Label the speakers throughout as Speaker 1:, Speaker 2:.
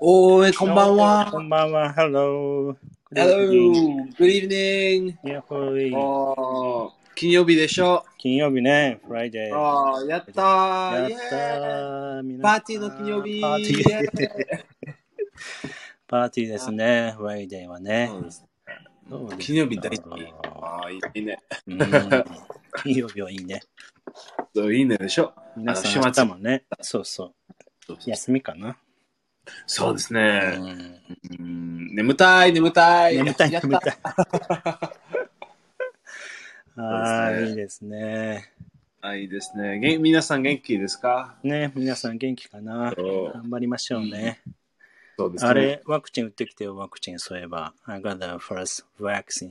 Speaker 1: おーい、こんばんは
Speaker 2: こ。んばんは。Hello.
Speaker 1: Hello, good evening.
Speaker 2: いやほい
Speaker 1: あー金曜日でしょ。
Speaker 2: 金曜日ね、Friday。
Speaker 1: あーやったー
Speaker 2: やっ
Speaker 1: イエーイ
Speaker 2: たー皆
Speaker 1: パ
Speaker 2: さん
Speaker 1: ーティーの金曜日
Speaker 2: パーティ
Speaker 1: イエ
Speaker 2: ーパーティーですね、Friday はね。
Speaker 1: ーイ
Speaker 2: そうです
Speaker 1: 金曜日大好き。あーいいね。
Speaker 2: うん金曜日はいいね。
Speaker 1: そういいねでしょ。
Speaker 2: 皆
Speaker 1: あ
Speaker 2: さ
Speaker 1: 週
Speaker 2: ん、
Speaker 1: 末
Speaker 2: 明日もね、そうそう。休みかな。
Speaker 1: そうです
Speaker 2: う
Speaker 1: ね。
Speaker 2: ん
Speaker 1: うん眠たい、眠たい。
Speaker 2: 眠たい、
Speaker 1: やった
Speaker 2: 眠たい。
Speaker 1: そう
Speaker 2: あ
Speaker 1: です
Speaker 2: ー
Speaker 1: ね
Speaker 2: いいですね。
Speaker 1: あいいですね。げん皆さん元気ですか
Speaker 2: ね、皆さん元気かな。
Speaker 1: そう
Speaker 2: 頑張りましょうね。
Speaker 1: そうで
Speaker 2: あれ、ワクチン打ってきてよ、ワクチン、そういえば。I got the first vaccine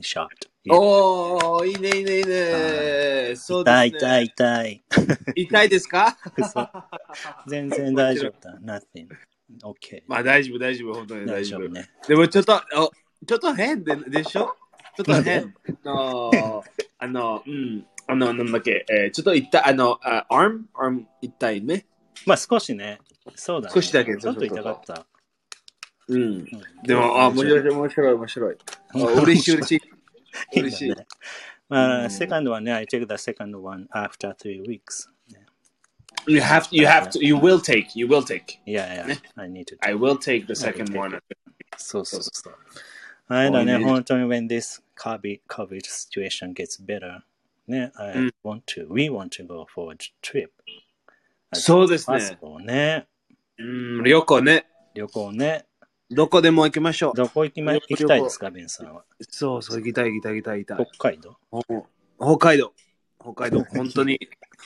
Speaker 2: shot.
Speaker 1: おー、いいね、いいね、いいね。そうです
Speaker 2: 痛
Speaker 1: ね。
Speaker 2: い、痛い、。痛 い。
Speaker 1: 痛いです か
Speaker 2: 嘘全然大丈夫だ。nothing. OK。
Speaker 1: まあ大丈夫、大丈夫、本当に
Speaker 2: 大
Speaker 1: 大丈
Speaker 2: 丈
Speaker 1: 夫
Speaker 2: 夫。ね。
Speaker 1: でもちょっと、おちょっと変ででしょちょっと変。あの、あの、うん。あの、なんだっけ、えーちょっと一体、あの、あアームアーム一体ね。
Speaker 2: まあ少しね、そうだね。
Speaker 1: 少しだけ
Speaker 2: ちょっと痛かった。
Speaker 1: うん。
Speaker 2: うん
Speaker 1: でも、あ、面白い、面白い、面白い。あ嬉しい、嬉しい。嬉しい
Speaker 2: いいよね。ま
Speaker 1: う
Speaker 2: あ、
Speaker 1: ん
Speaker 2: セカンドはね、I take the second one after three weeks.
Speaker 1: You have, you have to, you will take, you will take.
Speaker 2: Yeah, yeah, I need to.
Speaker 1: I will take the second one.
Speaker 2: そうそうそう。あれだ
Speaker 1: もう
Speaker 2: ね、
Speaker 1: ね
Speaker 2: 本当に when this COVID, COVID situation gets better, ね、I
Speaker 1: うん
Speaker 2: want to, we want to go for a trip.
Speaker 1: そうです
Speaker 2: パス
Speaker 1: ね。
Speaker 2: ポね、
Speaker 1: うん、旅行ね。
Speaker 2: 旅行ね、
Speaker 1: どこでも行きましょう。
Speaker 2: どこ行き,、ま、
Speaker 1: 旅行
Speaker 2: 行きたいですか、ベンさんは。
Speaker 1: そうそう、行きたい、行きたい、行きたい、行きたい
Speaker 2: 北。海道
Speaker 1: ほ北海道、北海 道、本当に。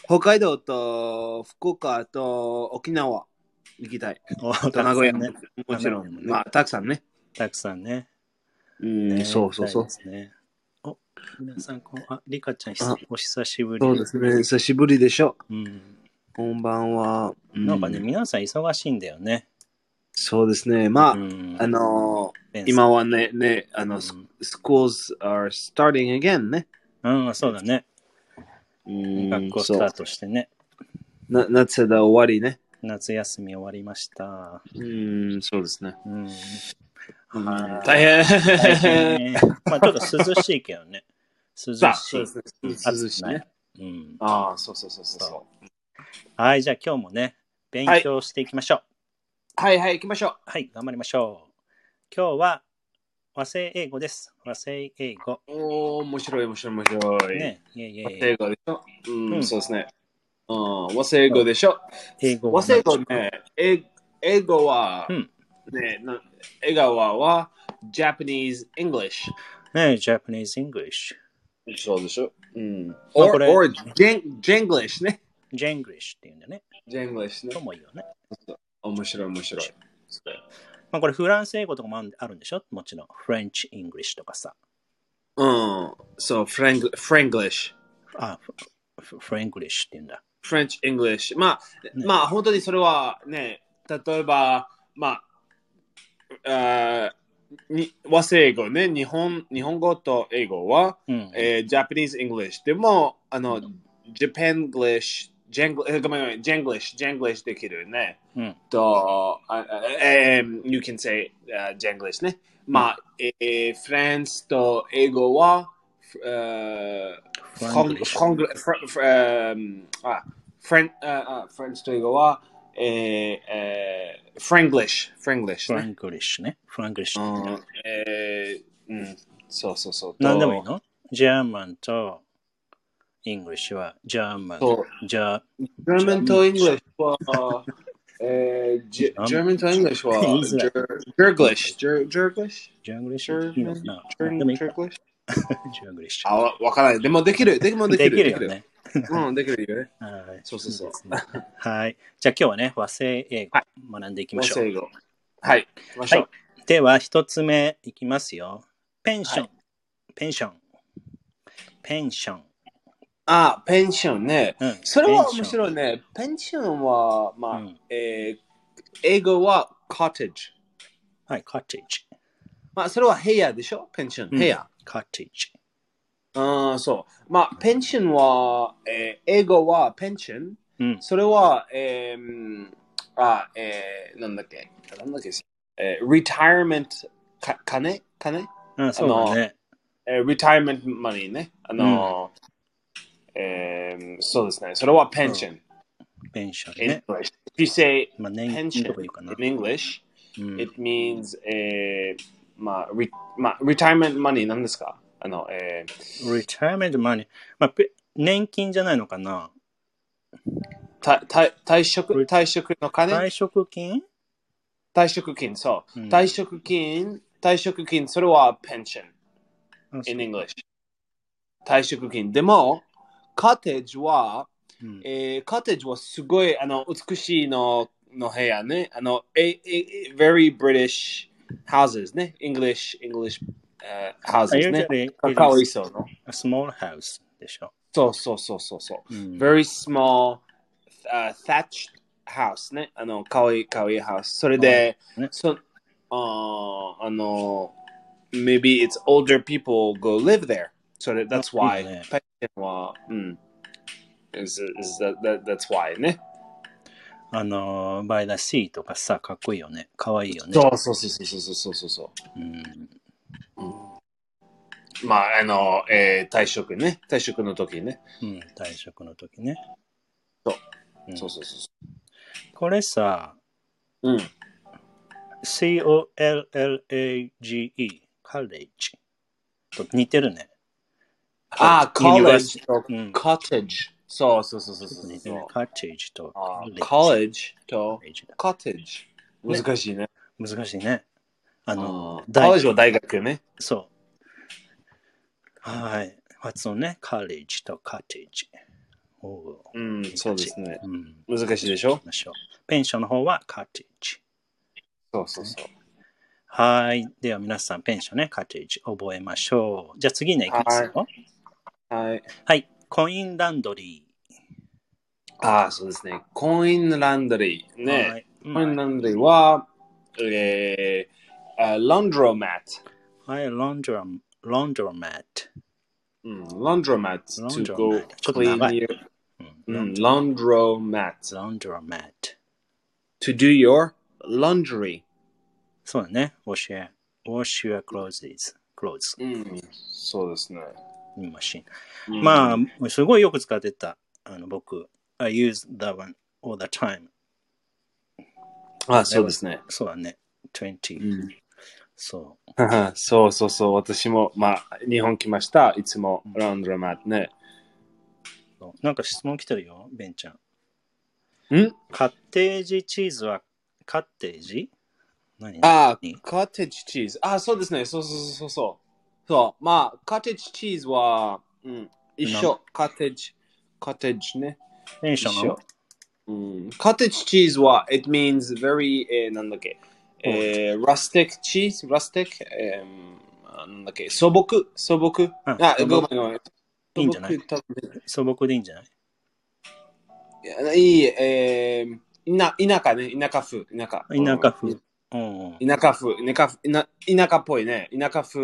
Speaker 1: 北海道と福岡と沖縄行きたい。
Speaker 2: お
Speaker 1: あと名古屋
Speaker 2: たく
Speaker 1: も
Speaker 2: さんね。
Speaker 1: もちろ
Speaker 2: 名古屋も
Speaker 1: ん。
Speaker 2: ね
Speaker 1: まあ、たくさんね。
Speaker 2: たくさんね。
Speaker 1: うん、
Speaker 2: ね
Speaker 1: そうそうそ
Speaker 2: 行
Speaker 1: う
Speaker 2: き。たいですね。お、皆さん、こんあ、リカちゃん、ひ
Speaker 1: あ
Speaker 2: お久しぶり。
Speaker 1: そうですね。久しぶりでしょ。
Speaker 2: うん。
Speaker 1: こんばんは。う
Speaker 2: なんかね、皆さん忙しいんだよね。
Speaker 1: そうですね。まあ、
Speaker 2: うん
Speaker 1: あ、の
Speaker 2: ベン
Speaker 1: ー
Speaker 2: さん
Speaker 1: 今はね、ね、あの、
Speaker 2: うん
Speaker 1: ス schools are starting again ね。
Speaker 2: うん、そうだね。
Speaker 1: うん
Speaker 2: 学、校
Speaker 1: そ
Speaker 2: スタ
Speaker 1: う
Speaker 2: ー。トしてね。
Speaker 1: な夏だ終わりね。
Speaker 2: 夏休み終わりました。
Speaker 1: うん、そうですね。
Speaker 2: うん。
Speaker 1: うん
Speaker 2: は
Speaker 1: 大
Speaker 2: い大
Speaker 1: 変。
Speaker 2: 変ね。まあちょっと涼しいけど ね。涼しい。
Speaker 1: さあ、そうですね。涼しいね。
Speaker 2: うん。
Speaker 1: ああ、そうそうそうそう
Speaker 2: そ
Speaker 1: そ
Speaker 2: はい、じゃあ今日もね、勉強していきましょう。
Speaker 1: う。はいはい、行きましょう。
Speaker 2: はい、頑張りましょう。今日は和製英語です。和製英語。
Speaker 1: おー、面白い、面白い、面白い。
Speaker 2: ね、いえい
Speaker 1: 和
Speaker 2: えい
Speaker 1: 製
Speaker 2: え
Speaker 1: 語でしょ、うん、
Speaker 2: うん
Speaker 1: そうですね。うん、和製語でしょ
Speaker 2: 英語は
Speaker 1: 和製語ね、え英語は、
Speaker 2: うん
Speaker 1: ね、な江川は、Japanese English。
Speaker 2: ね、Japanese English。
Speaker 1: そうでしょうん。
Speaker 2: まあ
Speaker 1: or,
Speaker 2: これ
Speaker 1: or Jen- Jenglish ね。
Speaker 2: Jenglish っていうんだね。
Speaker 1: Jenglish
Speaker 2: と
Speaker 1: ね。
Speaker 2: も言うよね。
Speaker 1: 面白い、面白い。
Speaker 2: まあこれフランス英語とかもあるあるんでしょもちろん。French English とかさ。
Speaker 1: うん、そう、Frank- Franglish。
Speaker 2: あ、フフ Franglish っていうんだ。
Speaker 1: French English。まあ、
Speaker 2: ね
Speaker 1: まあ、本当にそれはね、例えば、まあ、あーに和製英語ね、日本日本語と英語は、
Speaker 2: うん。
Speaker 1: えー、Japanese English。でも、あの、Japan English、Jengl- えごめんごめん、Jenglish、Jenglish できるね。
Speaker 2: うん
Speaker 1: と、ああえー you can say、uh, Jenglish ね。まあ、えー、フランスと英語は、えー
Speaker 2: Franglish
Speaker 1: um, ah, フレンチと英語は、えーえー、フラングリッシュ、フラングリッシュ、ね。
Speaker 2: Franglish ね。Franglish
Speaker 1: う
Speaker 2: っていうんだ
Speaker 1: ん、えー、うん、そうそうそう。
Speaker 2: 何でもいいのジャーマンと English はジャーマン
Speaker 1: そ。
Speaker 2: ジャ
Speaker 1: ジャーマンとイングリッシュは、えー、ジ
Speaker 2: あ
Speaker 1: ャジャーマンとイングリッシュは、
Speaker 2: 言い
Speaker 1: ジ
Speaker 2: づ
Speaker 1: ャ
Speaker 2: らい
Speaker 1: ーグリッシュ、ジャージャーグリッシ
Speaker 2: ジャングリッシ
Speaker 1: ュ、
Speaker 2: ュ
Speaker 1: ジ
Speaker 2: いい
Speaker 1: ャ
Speaker 2: の
Speaker 1: ー
Speaker 2: かな
Speaker 1: ジャ
Speaker 2: 何でもいい
Speaker 1: ー
Speaker 2: か
Speaker 1: ジャーグリッシュ。
Speaker 2: ジャングリッシュ
Speaker 1: あ、わわからない。でもできる、で もでき
Speaker 2: で
Speaker 1: る。
Speaker 2: きるよね。。
Speaker 1: うん、できるよね。
Speaker 2: はい。
Speaker 1: そうそうそう
Speaker 2: ですねはい。じゃあ今日はね、和製英語
Speaker 1: は
Speaker 2: 学んでいきま
Speaker 1: 和
Speaker 2: しょう。
Speaker 1: 製英語。はい、行きましょう。
Speaker 2: では、一つ目いきますよ。ペンション。
Speaker 1: は
Speaker 2: ペンション。ペンション。
Speaker 1: あ、ペンションね。
Speaker 2: うん、
Speaker 1: それは面
Speaker 2: い。
Speaker 1: 白いね。ペンションは、まあ、
Speaker 2: うん
Speaker 1: えー英語は cottage。
Speaker 2: はい、カッテージ。
Speaker 1: まあ、それは部屋でしょペンション、
Speaker 2: うん
Speaker 1: 部屋。
Speaker 2: カッテージ。
Speaker 1: うん、そう。まあ、ペンションは、えー英語はペンション。
Speaker 2: うん。
Speaker 1: それは、えーうんあ、えーなんだっけなんだっけえー、retirement か金金
Speaker 2: うん、そうだね。
Speaker 1: えー、retirement money ね。あのー、えーそうですね。それは pension。
Speaker 2: ペンション
Speaker 1: In
Speaker 2: ね。
Speaker 1: English. If you say
Speaker 2: まあ、年金
Speaker 1: pension
Speaker 2: とか言うかな
Speaker 1: in。English,
Speaker 2: うん、
Speaker 1: it means、えー、まあ、re まあ、retirement money なんですかあの、えー、
Speaker 2: retirement money。まあ、ペ年金じゃないのかな。
Speaker 1: たた退職退職の金
Speaker 2: 退職金
Speaker 1: 退職金、そう。
Speaker 2: うん
Speaker 1: 退職金、退職金、それは pension
Speaker 2: あそう
Speaker 1: in English。退職金。でも、カテージは、
Speaker 2: うん
Speaker 1: えー、カテージはすごいあの美しいのの部屋ね。あの、えええ very British houses ね。English, English、uh, houses ね。
Speaker 2: Usually it
Speaker 1: か
Speaker 2: is
Speaker 1: かわいそうの。
Speaker 2: a small house でしょ。
Speaker 1: そうそうそうそうそう。
Speaker 2: うん、
Speaker 1: very small、uh, thatched house ね。あの、かわいいかわいい house。それで、
Speaker 2: うんね
Speaker 1: そあーあの、maybe it's older people go live there. それ、that's
Speaker 2: あ
Speaker 1: why.
Speaker 2: いいね
Speaker 1: ペンションは、うん。Is, is that, that, that's why ね。
Speaker 2: あの、by the sea とかさ、かっこいいよね。かわいいよね。
Speaker 1: そうそうそうそうそうそうそうそ
Speaker 2: うん。
Speaker 1: う、うん。まあ、あの、えー、退職ね。退職の時ね。
Speaker 2: うん、退職の時ね。
Speaker 1: そう
Speaker 2: うん
Speaker 1: そうそうそうそ
Speaker 2: これさ、
Speaker 1: う。うん。
Speaker 2: collage、college と似てるね。
Speaker 1: ああ、college と
Speaker 2: うん。
Speaker 1: cottage。そうそうそうそうそう
Speaker 2: 似て
Speaker 1: そう
Speaker 2: るね。。cottage と
Speaker 1: あー
Speaker 2: college
Speaker 1: Uh, college と
Speaker 2: college だ
Speaker 1: cottage。
Speaker 2: ね
Speaker 1: 難しいね。
Speaker 2: 難しいね。あ
Speaker 1: あ
Speaker 2: の
Speaker 1: の、
Speaker 2: 大
Speaker 1: college は大学ね。
Speaker 2: そう。はい。発音ね。college と cottage。おう
Speaker 1: うん、そうですね。
Speaker 2: うん。
Speaker 1: 難しいでしょ
Speaker 2: ましょう。ペンションの方は cottage。
Speaker 1: そうそうそう。
Speaker 2: はい。では皆さん、ペンションね、カテージ覚えましょう。じゃあ次ね、いきますよ。はい、
Speaker 1: はい。
Speaker 2: コインランドリ
Speaker 1: ああ、そうですね。コインランドリー。
Speaker 2: ー。は
Speaker 1: ね。
Speaker 2: い、うん
Speaker 1: コインランドリーは、えー、あランドロマット。
Speaker 2: はい、ロンドラン、ロンドラマット。
Speaker 1: うん、ランドロマット to go
Speaker 2: Laundromat ちょっと
Speaker 1: clean
Speaker 2: 長い
Speaker 1: your...
Speaker 2: うん
Speaker 1: うん、ランドロマット。
Speaker 2: ロンドラマット。
Speaker 1: to do your laundry。
Speaker 2: そうだね。wash your, wash your clothes, clothes
Speaker 1: うん、そうですね。
Speaker 2: in machine.
Speaker 1: うん
Speaker 2: まあ、すごいよく使ってた。あの、僕、I use that one all the time.
Speaker 1: あ、そうですね。
Speaker 2: そうだね。20、
Speaker 1: うん
Speaker 2: そ
Speaker 1: そうそうそう、私も、まあ、日本来ました。いつもランドロマットね。
Speaker 2: う。なんか質問来てるよ、ベンちゃん。
Speaker 1: ん
Speaker 2: カッテージチーズはカッテージ何
Speaker 1: あ
Speaker 2: 何、
Speaker 1: カッテージチーズ。あ、そうですね。そうそうそうそう。そう、まあ、カッテージチーズは、うん、一緒。カッテージ、カッテージね。
Speaker 2: テンションの
Speaker 1: うん、カッテージチーズは、it means very、えーなんだっけ、えー、ラスティックチーズ、ラスティック、えー、なんだっけ、素朴、素朴。
Speaker 2: うん
Speaker 1: あ、
Speaker 2: 素朴
Speaker 1: ごめんごめん。
Speaker 2: いいんじゃない
Speaker 1: 素朴多分
Speaker 2: 素朴でいいんじゃない
Speaker 1: いやいい、えー、田田舎ね、田舎風、田舎。
Speaker 2: 田舎風。うんうん。
Speaker 1: 田舎風、田舎風田田舎っぽいね。田舎風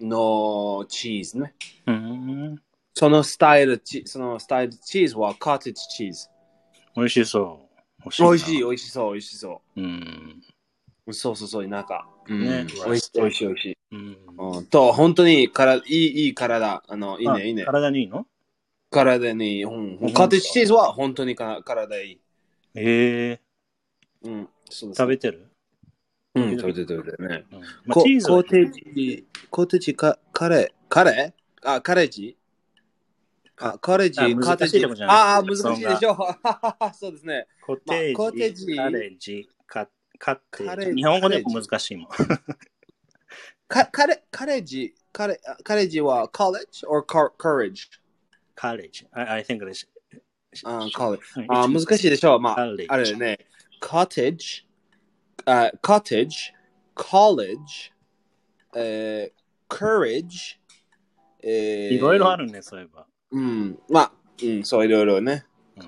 Speaker 1: のチーズね。
Speaker 2: うん。
Speaker 1: そのスタイルチ、そのスタイルチーズはカーテージチーズ。
Speaker 2: 美味しそう。美味
Speaker 1: 美味しい、
Speaker 2: い
Speaker 1: 美味しそう、美味しそ
Speaker 2: な。うん。
Speaker 1: う。そうそうそう、田舎。うん
Speaker 2: ね
Speaker 1: 美味しい、美味しい、美味しい。
Speaker 2: うん。
Speaker 1: うん、と、本当にからいい、いい体。あの、いい
Speaker 2: あ
Speaker 1: ね、いいね。
Speaker 2: 体にいいの
Speaker 1: 体に、うん
Speaker 2: うん
Speaker 1: カーテージチーズは本当にか体いい。
Speaker 2: ええ
Speaker 1: うん、そうです
Speaker 2: 食。べてる
Speaker 1: うん、食べてる食べてるね。
Speaker 2: うん。まあ
Speaker 1: コ
Speaker 2: チーズ
Speaker 1: コ
Speaker 2: は
Speaker 1: ーテージ、コーテージか、カレー、カレーあ、カレージあ、カレージ、
Speaker 2: あ
Speaker 1: カーテー
Speaker 2: 難しい
Speaker 1: ジ
Speaker 2: とこじゃ。ない
Speaker 1: ああ、難しいでしょ。 そうですね。
Speaker 2: コテージ、
Speaker 1: まあコテージ
Speaker 2: カレージ、カカッ
Speaker 1: カ
Speaker 2: テ
Speaker 1: レ
Speaker 2: ー
Speaker 1: ー
Speaker 2: ジ。
Speaker 1: ジ
Speaker 2: 日本語でも難しいもん。
Speaker 1: かカレー、カレージ、カレー、カレージは college or cor- courage?
Speaker 2: カレージ。I, I think this.
Speaker 1: あ、college。あ、難しいでしょ。まあ、
Speaker 2: College
Speaker 1: あれね。cottage、あ cottage、college、えー courage、えー
Speaker 2: いろいろあるね、そういえば。
Speaker 1: うん、まあ、うん、そう、いろいろね。
Speaker 2: うん。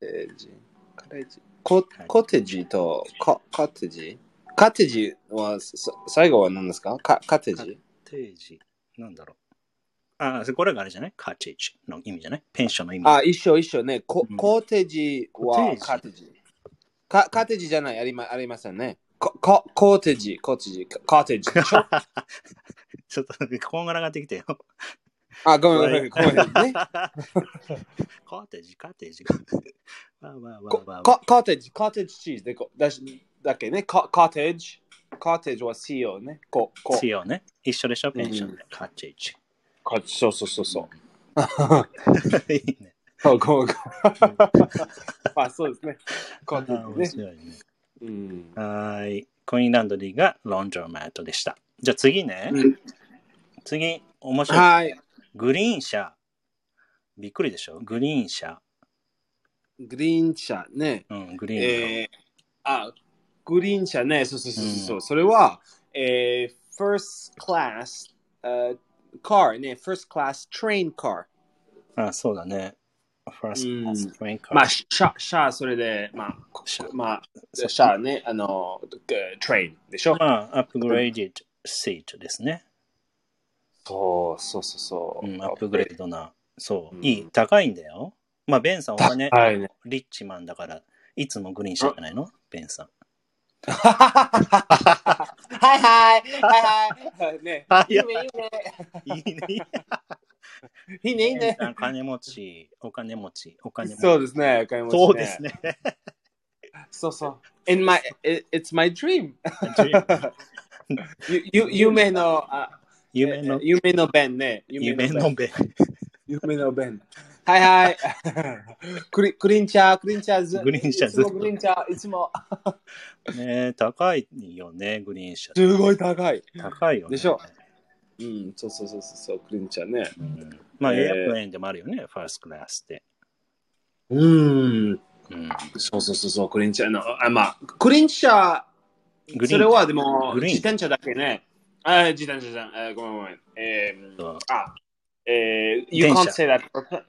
Speaker 1: えーじカレージコ
Speaker 2: はい
Speaker 1: コテージとカカッテージカッテージはさ最後は何ですかカカッテージ
Speaker 2: テージ、なんだろう。あ、これがあれじゃないカーテージの意味じゃないペンションの意味。
Speaker 1: あ、一緒一緒ね。コ
Speaker 2: うん
Speaker 1: コテージは
Speaker 2: コテージ
Speaker 1: カッテージ。カカッテージじゃない、ありまありませんね。コココーテージ、コーテージ、ココーテージ。
Speaker 2: ちょっと、こんがらがってきてよ。
Speaker 1: あ、ごめんごめん、コーテージね。
Speaker 2: コーテージ、コーテージ。わあわあわ
Speaker 1: コ
Speaker 2: あわあ
Speaker 1: ココーテージ、コーテージチーズでこだしだっけね。ココーテージ、コーテージは C をね。こう、こう。
Speaker 2: 必要ね。一緒でしょ、ペンションで。カッチェ イチ。
Speaker 1: こそうそうそうそう。
Speaker 2: いいね。
Speaker 1: そう、こう、こう。あ、そうですね。コ
Speaker 2: あ
Speaker 1: ーテ
Speaker 2: ー
Speaker 1: ージ
Speaker 2: 面
Speaker 1: ね。
Speaker 2: 白いね。
Speaker 1: うん。
Speaker 2: はーい。コインランドリーがロンジョーマットでした。じゃあ次ね。
Speaker 1: うん
Speaker 2: 次、面白い。
Speaker 1: はい。
Speaker 2: グリーン車。びっくりでしょグリーン車。
Speaker 1: グリーン車ね。
Speaker 2: うん、グリーン車。
Speaker 1: えー、あ、グリーン車ね。そうそうそうそう。
Speaker 2: うん
Speaker 1: それは、えー、first class、uh, car ね。first class train car。
Speaker 2: あ、そうだね。ファース
Speaker 1: うん
Speaker 2: トクラストレインカー。
Speaker 1: まあ、シャ、シャ、それで、まあ、こ
Speaker 2: シャ
Speaker 1: まあ、
Speaker 2: そう
Speaker 1: シャね、あの、えー train でしょ。
Speaker 2: まあ、アップグレーディッドシートですね。
Speaker 1: そうそうそうそうう。
Speaker 2: ん、アップグレードな。そうう、
Speaker 1: ん
Speaker 2: いい、高いんだよ。まあ、ベンさんお金、
Speaker 1: はいね。
Speaker 2: リッチマンだから、いつもグリーン車じゃないのベンさん。
Speaker 1: はいはいはいはい。 ね。
Speaker 2: あ、
Speaker 1: いいねいいね。
Speaker 2: いいね。
Speaker 1: いいねいいね。
Speaker 2: あ金持ち、お金持ち、お金持ち。
Speaker 1: そうですね。買い物
Speaker 2: そうです ね。
Speaker 1: そうそう。In my, it- it's my dream. ゆゆ夢の、あ
Speaker 2: 夢の
Speaker 1: え、夢の弁ね。
Speaker 2: 夢
Speaker 1: 弁
Speaker 2: のベン。
Speaker 1: 夢の弁。はいはい。クリクリンチャー、クリンチャーズ。
Speaker 2: グリーン
Speaker 1: い
Speaker 2: 車
Speaker 1: つも
Speaker 2: ずっと
Speaker 1: グリーンチャー、いつも。
Speaker 2: ね高いよね、グリーン車。
Speaker 1: すごい高い。
Speaker 2: 高いよね。
Speaker 1: でしょうん、そうそうそうそうそう、クリンチャーね。
Speaker 2: うん。まあ、
Speaker 1: えー
Speaker 2: エアプレーンでもあるよね、ファーストクラスって。
Speaker 1: うん、
Speaker 2: うん。
Speaker 1: そうそうそうそう、クリンチャーの、あ、まあ、クリンチャー、
Speaker 2: グリーン
Speaker 1: それはでも、
Speaker 2: グリーン
Speaker 1: 自転車だけね。あ、自転車じゃん。あごめんごめん。え
Speaker 2: そ
Speaker 1: ー
Speaker 2: う、
Speaker 1: あ、えー、you
Speaker 2: 電車
Speaker 1: can't say that.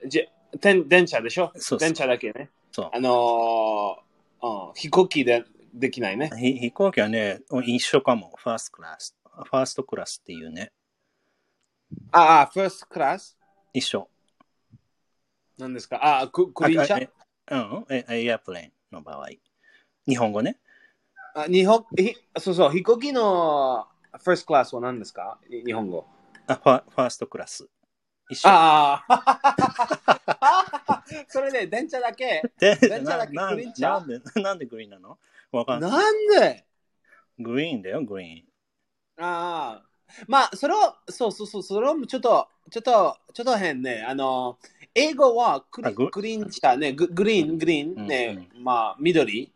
Speaker 1: じ電電車でしょ
Speaker 2: そうそう
Speaker 1: 電車だけね。
Speaker 2: そう
Speaker 1: あのー、うん飛行機でできないね。
Speaker 2: ひ飛行機はね、一緒かも。ファーストクラス。ファーストクラスっていうね。
Speaker 1: ああ、first class?
Speaker 2: 一緒。
Speaker 1: 何ですかあ、ククリンチャー
Speaker 2: あえうんえ。エアプレーンの場合。日本語ね。
Speaker 1: あ日本ひそうそう、飛行機の first class は何ですかに日本語。
Speaker 2: あファファーストクラス。一緒。
Speaker 1: ああそれで電車だけ
Speaker 2: で
Speaker 1: 電車だっけ
Speaker 2: な
Speaker 1: グリーン車
Speaker 2: なんでなんでグリーンなのわかんない。
Speaker 1: なんで
Speaker 2: グリーンだよ、グリーン。
Speaker 1: ああまあそれをそうそうそうそれもちょっとちょっとちょっと変ねあの英語はグリ
Speaker 2: あグ
Speaker 1: グリーン車ねググリーングリーンね、まあ緑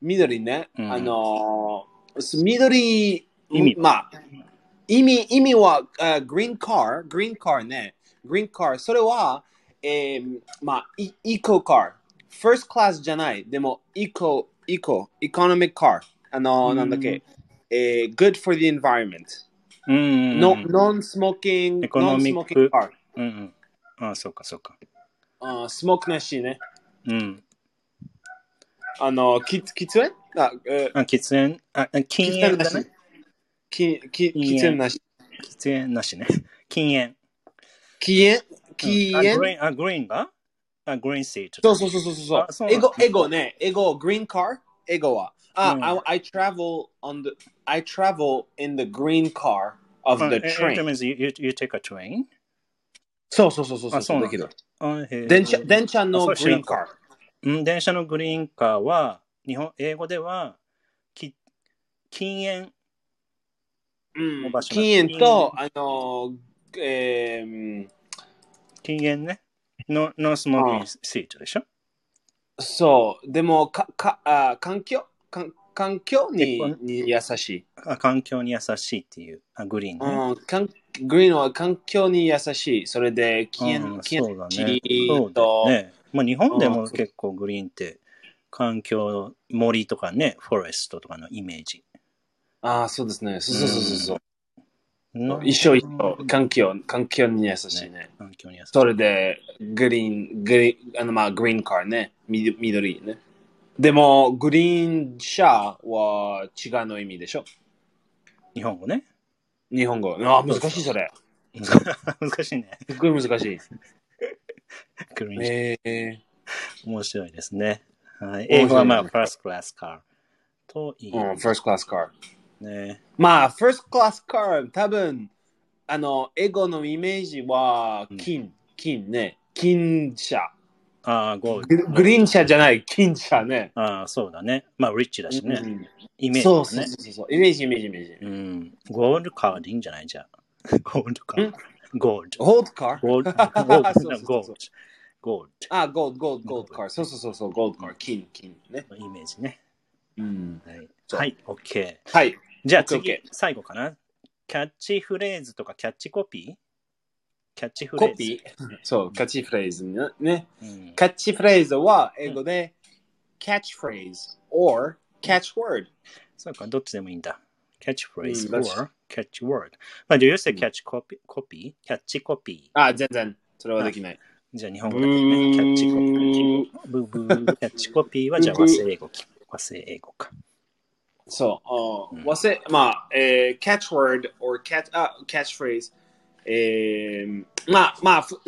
Speaker 1: 緑ね、
Speaker 2: うん
Speaker 1: あのす緑
Speaker 2: 意味
Speaker 1: まあ意味意味はあグリーンカーグリーンカーねグリーンカーそれはえー、まあイイコカーファーストクラスじゃないでもイコイコエコノミックカーあの
Speaker 2: うん
Speaker 1: なんだっけえー、good for the environment、
Speaker 2: うんうんうん。
Speaker 1: no non-smoking
Speaker 2: Economic
Speaker 1: non-smoking car
Speaker 2: うんうん。あ、そうか、そうか。
Speaker 1: あースモークなしね
Speaker 2: うん。
Speaker 1: あのき喫煙あ、え
Speaker 2: あ、喫煙、あ、
Speaker 1: ー、
Speaker 2: 禁
Speaker 1: 喫
Speaker 2: 煙
Speaker 1: 煙な
Speaker 2: だ
Speaker 1: し
Speaker 2: ね。
Speaker 1: きき
Speaker 2: いいね
Speaker 1: 喫煙なし
Speaker 2: 喫煙なしね。禁煙。
Speaker 1: 禁煙禁
Speaker 2: うんあグリ
Speaker 1: 煙
Speaker 2: ーンあ、グリーンがあ、グリーンシート。
Speaker 1: そうそうそうそうそう
Speaker 2: あそうな
Speaker 1: エ
Speaker 2: んだ
Speaker 1: ゴエゴねエゴ green car エゴはあ、
Speaker 2: うん
Speaker 1: I, I travel on the I travel in the green car of the
Speaker 2: Uh, it- It
Speaker 1: train
Speaker 2: means you, you, you take a train.
Speaker 1: そうそうそうそう
Speaker 2: あそうなん
Speaker 1: で
Speaker 2: だ
Speaker 1: きる
Speaker 2: あへー
Speaker 1: 電車電車の
Speaker 2: あそう知ら
Speaker 1: green
Speaker 2: なか
Speaker 1: car
Speaker 2: うん、電車のグリーンカーは、日本英語では、き禁煙。
Speaker 1: うん
Speaker 2: お場、所が
Speaker 1: 禁煙とあのえー、
Speaker 2: 禁煙ね。の、のスモーキン
Speaker 1: あ
Speaker 2: グシートでしょ
Speaker 1: そう、でもかかあ環境か環境に
Speaker 2: 日本
Speaker 1: に優しい、
Speaker 2: あ環境に優しいっていう、あグリーンね。
Speaker 1: うんかん。グリーンは環境に優しい。それで、禁煙
Speaker 2: うん
Speaker 1: 禁
Speaker 2: そう
Speaker 1: 煙
Speaker 2: だ
Speaker 1: 地
Speaker 2: ね。そ
Speaker 1: 理
Speaker 2: うだよ
Speaker 1: と、
Speaker 2: ね。まあ日本で
Speaker 1: うん
Speaker 2: も結構グリーンって、環境、森とかね、フォレストとかのイメージ。
Speaker 1: ああ、そうですね。そうそうそうそうそう、
Speaker 2: の
Speaker 1: 一生一生、環境、環境に優しいね。
Speaker 2: 環境に優しい。
Speaker 1: それで、グリーン、グリーン、あの、まあ、グリーンカーね。み緑ね。でも、グリーン車は違うの意味でしょ
Speaker 2: 日本語ね。
Speaker 1: 日本語。ああ、難しいそれ。
Speaker 2: 難しいね。
Speaker 1: すっごい難しい。
Speaker 2: グリーン
Speaker 1: ええ
Speaker 2: 面白いですね。は
Speaker 1: 面白い
Speaker 2: い、英語はまあ、ファーストクラスカー遠い。
Speaker 1: うん、first class car。
Speaker 2: ね。
Speaker 1: まあ、first class car、多分、あの、英語のイメージは、金、金ね。金車。
Speaker 2: ああ、ゴー
Speaker 1: ググリーン車じゃない、金車ね。
Speaker 2: ああ、そうだね。まあ、リッチだしね。
Speaker 1: うん
Speaker 2: イメージ、ね。
Speaker 1: そうそうそうそう。イメージ、イメージ、イメージ。
Speaker 2: うん。ゴールドカーでいいんじゃないじゃあ。 ゴールドカー
Speaker 1: ん。
Speaker 2: ゴールド。
Speaker 1: ゴールド カー
Speaker 2: ゴールド。ゴール
Speaker 1: そうそうそう
Speaker 2: ド。ゴールド。ゴール
Speaker 1: あ、ゴールド、ゴールド、ゴールドカー。そうそうそうそう、ゴールドカー。金、金ね。
Speaker 2: ドのイメージね。
Speaker 1: うん。
Speaker 2: はい。
Speaker 1: そう
Speaker 2: はい、OK。
Speaker 1: はい。
Speaker 2: じゃあ
Speaker 1: OK
Speaker 2: 次、最後かな。キャッチフレーズとかキャッチコピーキャッチフレーズ。
Speaker 1: コピーそう、キャッチフレーズねね。
Speaker 2: うん
Speaker 1: キャッチフレーズは英語で、catch phrase or catch word。
Speaker 2: そうか、どっちでもいいんだ。キャッチフレーズ
Speaker 1: うんだし
Speaker 2: or キャッチワード。まあ、do you say
Speaker 1: うん
Speaker 2: catch copy? コピーキャッチコピ
Speaker 1: あ、全然、それはできない。
Speaker 2: ー。じゃあ日本語
Speaker 1: ブ
Speaker 2: だけね。キャッチコピー。
Speaker 1: ー
Speaker 2: ブーブ ー。キャッチコピーはじゃあ和製英語き。和製英語か。
Speaker 1: そう、
Speaker 2: う
Speaker 1: あ
Speaker 2: ん
Speaker 1: 忘れ、まあ、えー、catch eh, word or catch, uh, あ catch phrase。えー、まあ、まあ、ふ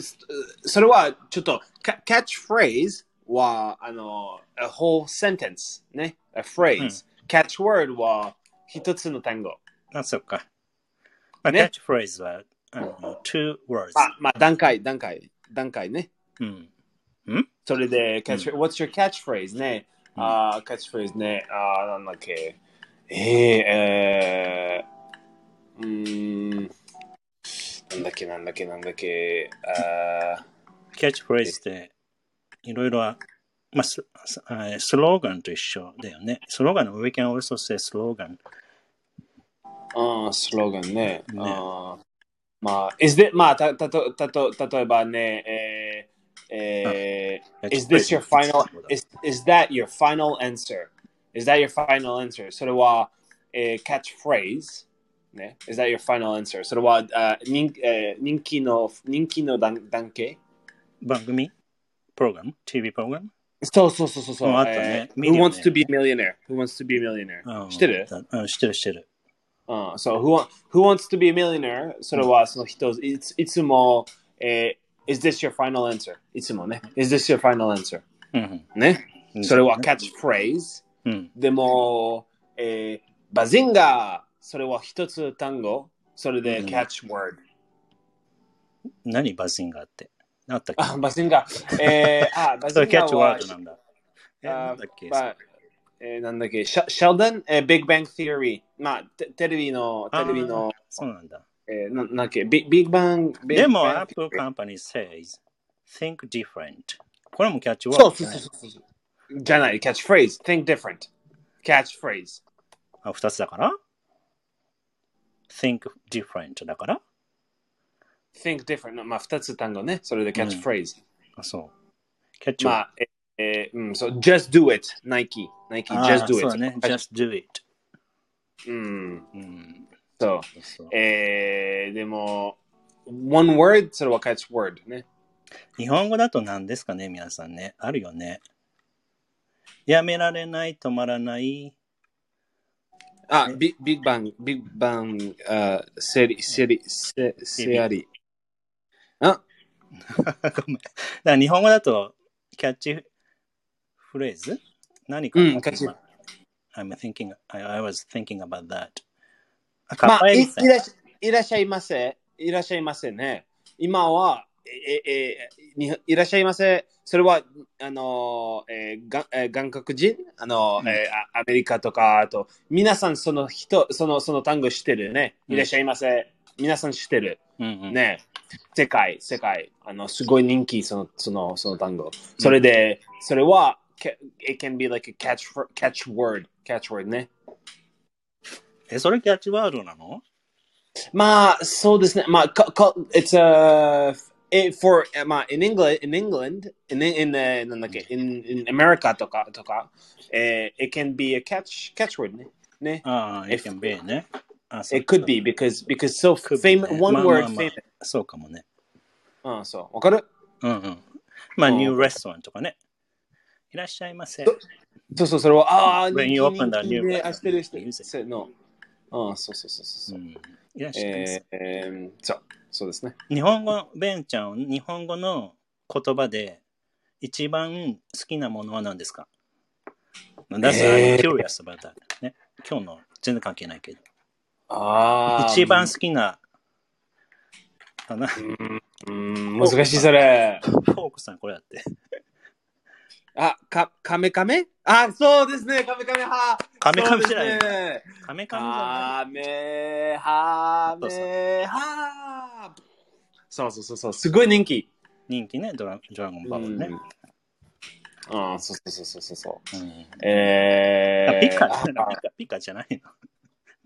Speaker 1: それはちょっと、ca- catch phrase は、あの、a whole sentence ね、a phrase。catch word は一つの単語。
Speaker 2: あ、そっか。まあ、キ
Speaker 1: ね
Speaker 2: ャッチフレーズは、あの、two words。
Speaker 1: まあ、まあ、段階、段階、段階ね。
Speaker 2: うん。
Speaker 1: それで、catch、what's your catchphrase ね。
Speaker 2: うん
Speaker 1: あー、catchphrase ね。あー、なんだっけ。えー、えー、うーん。なんだっけ、なんだっけ、なんだっけ。あ
Speaker 2: キャッチフレーズって、いろいろは、まあス、スあースローガンと一緒だよね。スローガンの We can also say スローガン。
Speaker 1: ー、あースローガンね。
Speaker 2: ね
Speaker 1: あーまあ、is this, まあ、た、たと、たと、例えばね、えー、えー、is this your final, is, is that your final answer? Is that your final answer? それは、えー、catchphrase? ね。Is that your final answer? それは、あ人えー人気の、人気の段段階
Speaker 2: 番組プログラム ?TV プログラム
Speaker 1: そうそうそうそうそう。
Speaker 2: あったね
Speaker 1: えー uh, who wants to
Speaker 2: ミ
Speaker 1: be a millionaire? Oh. Who wants to be a millionaire?
Speaker 2: うん
Speaker 1: 知ってる
Speaker 2: うん、知ってる知ってる。
Speaker 1: うん。そう、who, want- who wants to be a millionaire? それは、その人、いついつも、えー、Is uh, this your final answer? いつもね。Is this your final answer?
Speaker 2: うん
Speaker 1: ね。
Speaker 2: うん。
Speaker 1: それは、catchphrase。
Speaker 2: うん。
Speaker 1: でも、えーバジンガー、それは一つ単語、それ
Speaker 2: う
Speaker 1: で
Speaker 2: ん
Speaker 1: キャッチワード。
Speaker 2: 何バズンガーって。あったっけ
Speaker 1: あ、バジンガー、えー、あ、バ
Speaker 2: そ
Speaker 1: ジ
Speaker 2: れ
Speaker 1: ン
Speaker 2: キャッ
Speaker 1: ガ
Speaker 2: チ
Speaker 1: ー
Speaker 2: ワ
Speaker 1: は
Speaker 2: ード、なんだ。え、な
Speaker 1: あ
Speaker 2: んだっけ
Speaker 1: まあえーなんだっけ、シャシェルダン、えー、ビッグバング・ティオリー、まあ、テテレビの、テレビの、
Speaker 2: そうなんだ。
Speaker 1: えー、ななんだっけ、ビビッグバング、
Speaker 2: でも、
Speaker 1: アッ
Speaker 2: Apple Company says think different。これもキャッチワー
Speaker 1: そ
Speaker 2: ド
Speaker 1: う
Speaker 2: じ
Speaker 1: そう
Speaker 2: ゃない。
Speaker 1: そうそうそう。じゃない、キャッチフレーズ、think different。キャッチフレーズ。
Speaker 2: あ、二つだから think different だから
Speaker 1: think different。まあ、二つ単語ね、それでキャッチフレーズ。
Speaker 2: あ、そう。キャッチ
Speaker 1: ま
Speaker 2: ワー
Speaker 1: あ、えーえーうん、そう、just eh, mm, do it、Nike。Nike、
Speaker 2: ド。
Speaker 1: just do
Speaker 2: あそう
Speaker 1: it Mm,
Speaker 2: だ。ね。just do it。
Speaker 1: うん、
Speaker 2: うん。
Speaker 1: そ
Speaker 2: そうそう
Speaker 1: う。えー、でも、one word それは catch word ね。
Speaker 2: 日本語だと何ですかね、皆さんね。あるよね。やめられない、止まらない。
Speaker 1: あ、ビビッグバン、ビッグバン、あセリ、セリ、セセアリ。
Speaker 2: ごめん。だから日本語だとキャッチフレーズ何かな
Speaker 1: うんキャッチ
Speaker 2: 今 I'm thinking, I, I was thinking about that. あ、かっ
Speaker 1: ま
Speaker 2: こ
Speaker 1: あ、
Speaker 2: い
Speaker 1: い
Speaker 2: い
Speaker 1: い
Speaker 2: ですね
Speaker 1: らっしいらっしゃいませ。いらっしゃいませね。今は、え、え、えにいらっしゃいませ。それは、あの、えー、がえー外国人あの、
Speaker 2: うん
Speaker 1: えーあアメリカとか、あと、皆さんその人、その、その単語知ってるね。
Speaker 2: うん
Speaker 1: いらっしゃいませ。皆さん知ってる。
Speaker 2: うんうん
Speaker 1: ね、世界、世界、あの、すごい人気、その、その、その単語。それで、それは、ca- it can be like a catch, for- catch word, catch word ね。
Speaker 2: え、それキャッチワードなの
Speaker 1: まあ、そうですね。まあ、かか it's a, it, for, まあ、in England, in England, in, in, uh, なんだっけ、in, in America とか、とか、えー it can be a catch, catch word ね。ね。
Speaker 2: ああ、
Speaker 1: If-
Speaker 2: it can be ね。あ
Speaker 1: It could be。because, because so
Speaker 2: Could be eh,
Speaker 1: famous,
Speaker 2: ね
Speaker 1: one
Speaker 2: まあ
Speaker 1: word ah,
Speaker 2: まあまあ
Speaker 1: famous.
Speaker 2: そうかもね。
Speaker 1: うん、そう。わかる
Speaker 2: うんうん。まあ、
Speaker 1: うん
Speaker 2: ニューレストランとかね。いらっしゃいませ。
Speaker 1: そうそう、それは、ああ、
Speaker 2: When you open the new-
Speaker 1: ね、あ、してるしてる
Speaker 2: Music
Speaker 1: そうの。あそうそうそうそうう。
Speaker 2: んいらっしゃいま
Speaker 1: え
Speaker 2: せ
Speaker 1: ー。えー、そう、そうですね。
Speaker 2: 日本語、ベンちゃん、日本語の言葉で一番好きなものは何ですか That's
Speaker 1: えー
Speaker 2: I'm curious about that. ね。今日の全然関係ないけど。
Speaker 1: ああ。
Speaker 2: 一番好きな、かな。
Speaker 1: うん、難しいそれ。
Speaker 2: フォークさん、これやって。
Speaker 1: あ、か、カメカメあ、そうですね、カメカメ派。
Speaker 2: カメカメじゃ
Speaker 1: そう
Speaker 2: ない
Speaker 1: です。ね
Speaker 2: カメカメじゃ
Speaker 1: カメハメハそうそうそうそう、すごい人気。
Speaker 2: ない。人気ね、ドラドラゴンバールね。
Speaker 1: うん、うんそうそうそうそうそう。
Speaker 2: うん
Speaker 1: え
Speaker 2: あ
Speaker 1: ー、
Speaker 2: ピカ
Speaker 1: あ
Speaker 2: じゃないピカ、ピカじゃない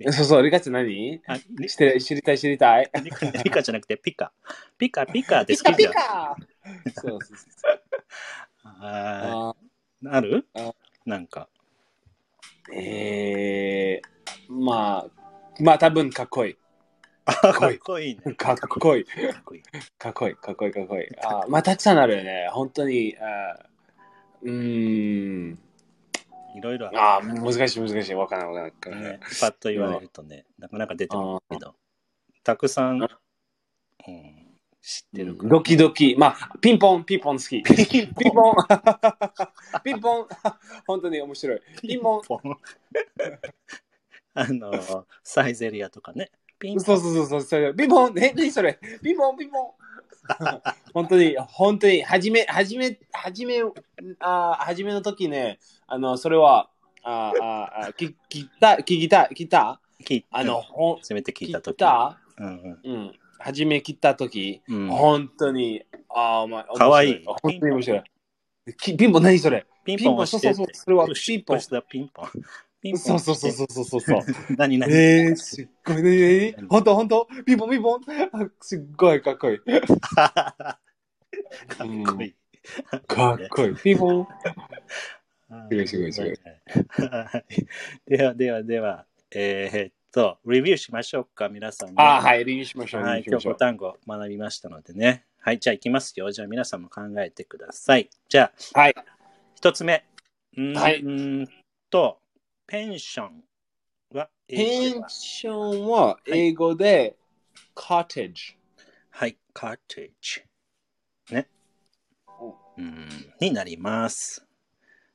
Speaker 2: の。
Speaker 1: そうそう、リカって何
Speaker 2: あリ
Speaker 1: 知って知りたい知りたい。
Speaker 2: リカリカじゃなくてピカ。ピカピカって
Speaker 1: ピ
Speaker 2: 好
Speaker 1: カ
Speaker 2: き
Speaker 1: ピ
Speaker 2: じゃん。
Speaker 1: カそうそうそう。
Speaker 2: あ
Speaker 1: あ
Speaker 2: ーある
Speaker 1: あ
Speaker 2: なんか。
Speaker 1: ーえー、まあ、まあ多分かっこい
Speaker 2: か
Speaker 1: こい
Speaker 2: っ
Speaker 1: い
Speaker 2: こいいね。
Speaker 1: い。かっこいい。
Speaker 2: かっこいい。
Speaker 1: かっこいい、かっこいい、かっこいい。あーまあたくさんあるよね。本当に。あーうーん。
Speaker 2: いろいろある。
Speaker 1: ああ、難しい、難しい。わからん、わからん。
Speaker 2: ね、パッと言われるとね、なかなか出てこないけど、たくさん、うん、知ってるから。
Speaker 1: ドキドキ。まあ、ピンポン、ピンポン好き。ピンポン。 ピンポン。本当に面白い。ピンポン。
Speaker 2: ポン あの、サイゼリアとかね、ピンポン
Speaker 1: そうそうそうそうそれ。ピンポン。え、何それ。ピンポン、ピンポン。 本当に、本当に、はじめ、はじめ、はじめ、あーはじめの時ね、あの、それは、あーあー、あーき聞いた、聞いた、聞いた、
Speaker 2: 聞い
Speaker 1: あ の、ほん、
Speaker 2: せめて聞い
Speaker 1: 聞
Speaker 2: たと
Speaker 1: い
Speaker 2: き。
Speaker 1: た、
Speaker 2: うん
Speaker 1: うん、はじめ切った時、
Speaker 2: うんうん
Speaker 1: 本当に、ああ、まあ、
Speaker 2: かわいい
Speaker 1: 面白本当に面白い。きピンポン何それ
Speaker 2: ピン
Speaker 1: ピン
Speaker 2: ポン
Speaker 1: ポン、
Speaker 2: 押
Speaker 1: そう
Speaker 2: して
Speaker 1: そう
Speaker 2: って。
Speaker 1: そう、それは
Speaker 2: プッシ
Speaker 1: ピン
Speaker 2: ュ
Speaker 1: ポン。
Speaker 2: 押し
Speaker 1: そ
Speaker 2: たピンポン。ピ
Speaker 1: う
Speaker 2: ンポン
Speaker 1: そう
Speaker 2: 押
Speaker 1: そう
Speaker 2: して。
Speaker 1: そうそうそうそう。
Speaker 2: 何何
Speaker 1: えー、すっごいね。本当本当ピンポンピンポン。あすっごいかっこいい。
Speaker 2: かっこいい。
Speaker 1: かっこいい。ピンポン。すごいすごいすごい
Speaker 2: はい ではではでは、えーっと、レビューしましょうか、皆さんね、
Speaker 1: ああ、はい、リンしましょう。
Speaker 2: は
Speaker 1: リン
Speaker 2: い、
Speaker 1: し
Speaker 2: 今
Speaker 1: まし
Speaker 2: 日
Speaker 1: ょ
Speaker 2: 5
Speaker 1: う。
Speaker 2: 単語学びましたのでね。はい、じゃあ行きますよ。じゃあ皆さんも考えてください。じゃあ、
Speaker 1: はい。
Speaker 2: 一つ目。うーん,、
Speaker 1: はい
Speaker 2: と、ペンションは
Speaker 1: ペ
Speaker 2: 英語
Speaker 1: ン
Speaker 2: は
Speaker 1: ションは英語で、カテージ。
Speaker 2: はい、カーテージ。ね。うーん、になります。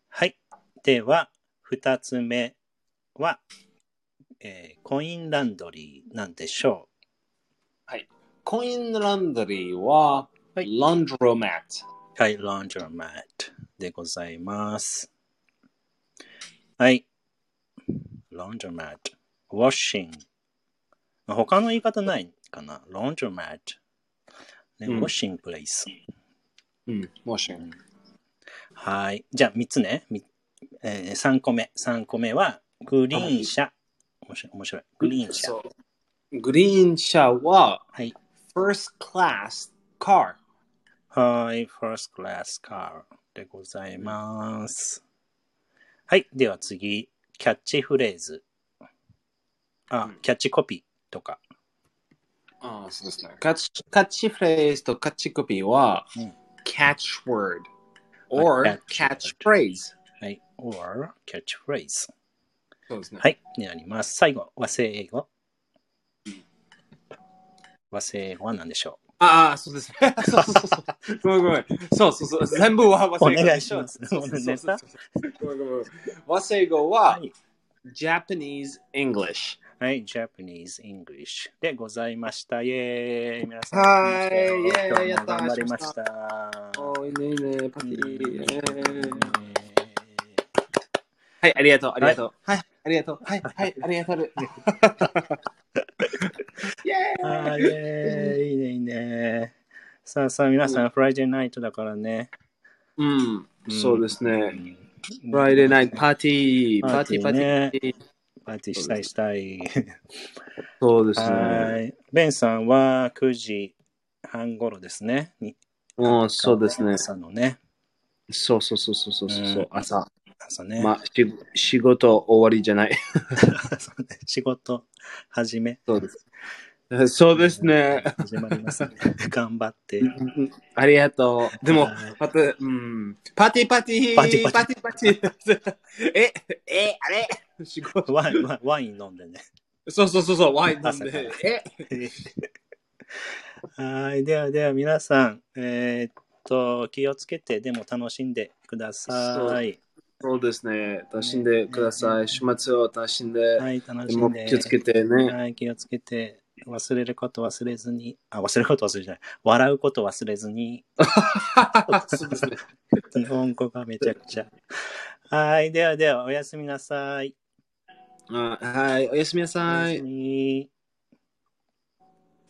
Speaker 2: はい。では、二つ目は、えーコインランドリーなんでしょ
Speaker 1: コインランドリーは、
Speaker 2: は
Speaker 1: ラ
Speaker 2: い
Speaker 1: ンドロマット。
Speaker 2: う。はい、ランジャーマットでございます。はい。ランジャーマット。ウォッシング。まあ他の言い方ないかな。ランジャーマット。ね、
Speaker 1: うん
Speaker 2: ウォッシングプレイス。
Speaker 1: うん、もし。
Speaker 2: はい。じゃあ、3つね。みえー、3個目。3個目は、グリーン車。面白い。面白いグリーン車。
Speaker 1: そうグリーン車は、
Speaker 2: はい。
Speaker 1: first class car。
Speaker 2: はい。first class car でございます。はい。では次。キャッチフレーズ。あ、キャッチコピーとか。
Speaker 1: ああ、そうですね。キャッチキャッチフレーズとキャッチコピーは、
Speaker 2: うん
Speaker 1: catch word or
Speaker 2: キャッチ
Speaker 1: catch phrase。
Speaker 2: はい。or キャッチフレーズ。
Speaker 1: そうですね。
Speaker 2: はい。になります。最後、和製英語。和製英語は何でしょう
Speaker 1: ああ、そうですね。 そうそうそう。ごめんごめん。そうそうそう。全部は忘れ
Speaker 2: お願いします
Speaker 1: そうそうそう
Speaker 2: お願いしま
Speaker 1: ごめんごめんごめん。忘れ語は、Japanese English。
Speaker 2: はい、Japanese English でございました。イェーイ皆さん、
Speaker 1: はい
Speaker 2: 来ましたよ
Speaker 1: イェーイ
Speaker 2: 今日も頑張りま
Speaker 1: いねいね、
Speaker 2: した。
Speaker 1: パ
Speaker 2: うん
Speaker 1: はい、ありがとう、ありがとう。はい、ありがとう。はい、はい、ありがとう。イェーイ
Speaker 2: あーイェーイいいね、いいね。さあさあ、皆さん、フライデーナイトだからね。
Speaker 1: うん、そうですね。
Speaker 2: うん
Speaker 1: フライデーナイト、パーティー、パ
Speaker 2: パ
Speaker 1: ー
Speaker 2: ーテ
Speaker 1: ティー、
Speaker 2: ィー
Speaker 1: パー
Speaker 2: ね
Speaker 1: ティー。
Speaker 2: パーティーしたい、したい。
Speaker 1: そうですね。
Speaker 2: はい。ベンさんは9時半頃ですね。に
Speaker 1: うん、そうですね。
Speaker 2: 朝のね。
Speaker 1: そうそうそうそうそうそう、
Speaker 2: うん
Speaker 1: 朝。
Speaker 2: 朝ね。
Speaker 1: まあ、し仕事終わりじゃない。
Speaker 2: そうね仕事始め。
Speaker 1: そう です。そうですね。
Speaker 2: 始まりますね。 頑張って。
Speaker 1: うんありがとう。でも
Speaker 2: はい、
Speaker 1: パテ、うん、パティパティ
Speaker 2: パティパ
Speaker 1: ティパティえ、え、あれ仕事。
Speaker 2: ワインワインワイン飲んでね。
Speaker 1: そうそうそうそう、ワイン飲ん
Speaker 2: 朝から
Speaker 1: で。え、
Speaker 2: はい。ではでは皆さん、えーっと、気をつけて、でも楽しんでください。
Speaker 1: そうですね。楽しんでください。週末を楽しんで、
Speaker 2: はい、楽
Speaker 1: で
Speaker 2: し
Speaker 1: も
Speaker 2: んで。
Speaker 1: 気をつけてね。
Speaker 2: はい、気をつけて。忘れること忘れずに。あ、忘れること忘れじゃない。笑うこと忘れずに。
Speaker 1: そうですね。
Speaker 2: 日本語がめちゃくちゃ。はい、ではでは、おやすみなさい。
Speaker 1: あはい、おやすみなさ
Speaker 2: お
Speaker 1: い
Speaker 2: やす。み。